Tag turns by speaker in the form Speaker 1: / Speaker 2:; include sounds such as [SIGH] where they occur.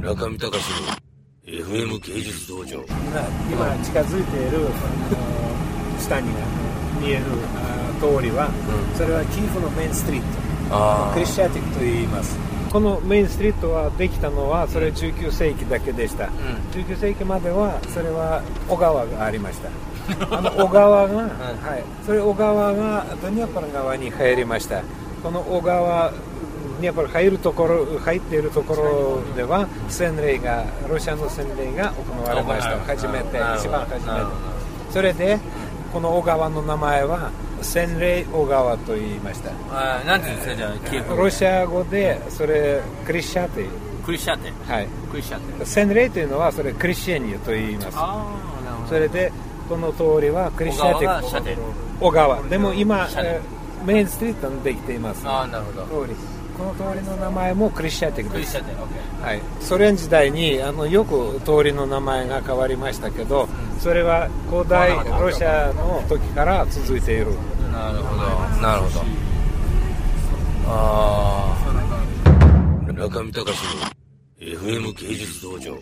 Speaker 1: 中見隆の FM 芸術道場
Speaker 2: 今近づいているあの下に見えるあ通りは、それはキーフのメインストリート
Speaker 1: あ
Speaker 2: クリスチャティックと言いますこのメインストリートはできたのはそれ19世紀だけでした、19世紀まではそれは小川があり [LAUGHS] ましたあの小川が、はい、それ小川がドニャパル川に入りましたこの小川にやっぱり入るところ入っているところでは洗礼がロシアの洗礼が行われました初めて一番初めてそれでこの小川の名前は洗礼小川と言いました
Speaker 3: あーなんていうんですかじゃあキエフ
Speaker 2: ロシア語でそれクリシャティ
Speaker 3: クリスチャンテ
Speaker 2: はい
Speaker 3: クリスチャンテ
Speaker 2: 洗礼というのはそれクリシェニュと言います
Speaker 3: ああなるほ
Speaker 2: それでこの通りはクリ
Speaker 3: 小
Speaker 2: シャ
Speaker 3: 川
Speaker 2: ティ
Speaker 3: が
Speaker 2: ッ
Speaker 3: シ
Speaker 2: ク
Speaker 3: ャテ
Speaker 2: 小川でも今
Speaker 3: シャテ
Speaker 2: えーメインストリートにできています
Speaker 3: ああなるほど
Speaker 2: 通りこの通りの名前もクリシャティック
Speaker 3: ク
Speaker 2: で
Speaker 3: リス
Speaker 2: す
Speaker 3: チャンテオッケ
Speaker 2: はい、ソ連時代にあのよく通りの名前が変わりましたけど、それは古代ロシアの時から続いている
Speaker 3: ーなるほど
Speaker 1: なるほどああ中見隆の FM 芸術道場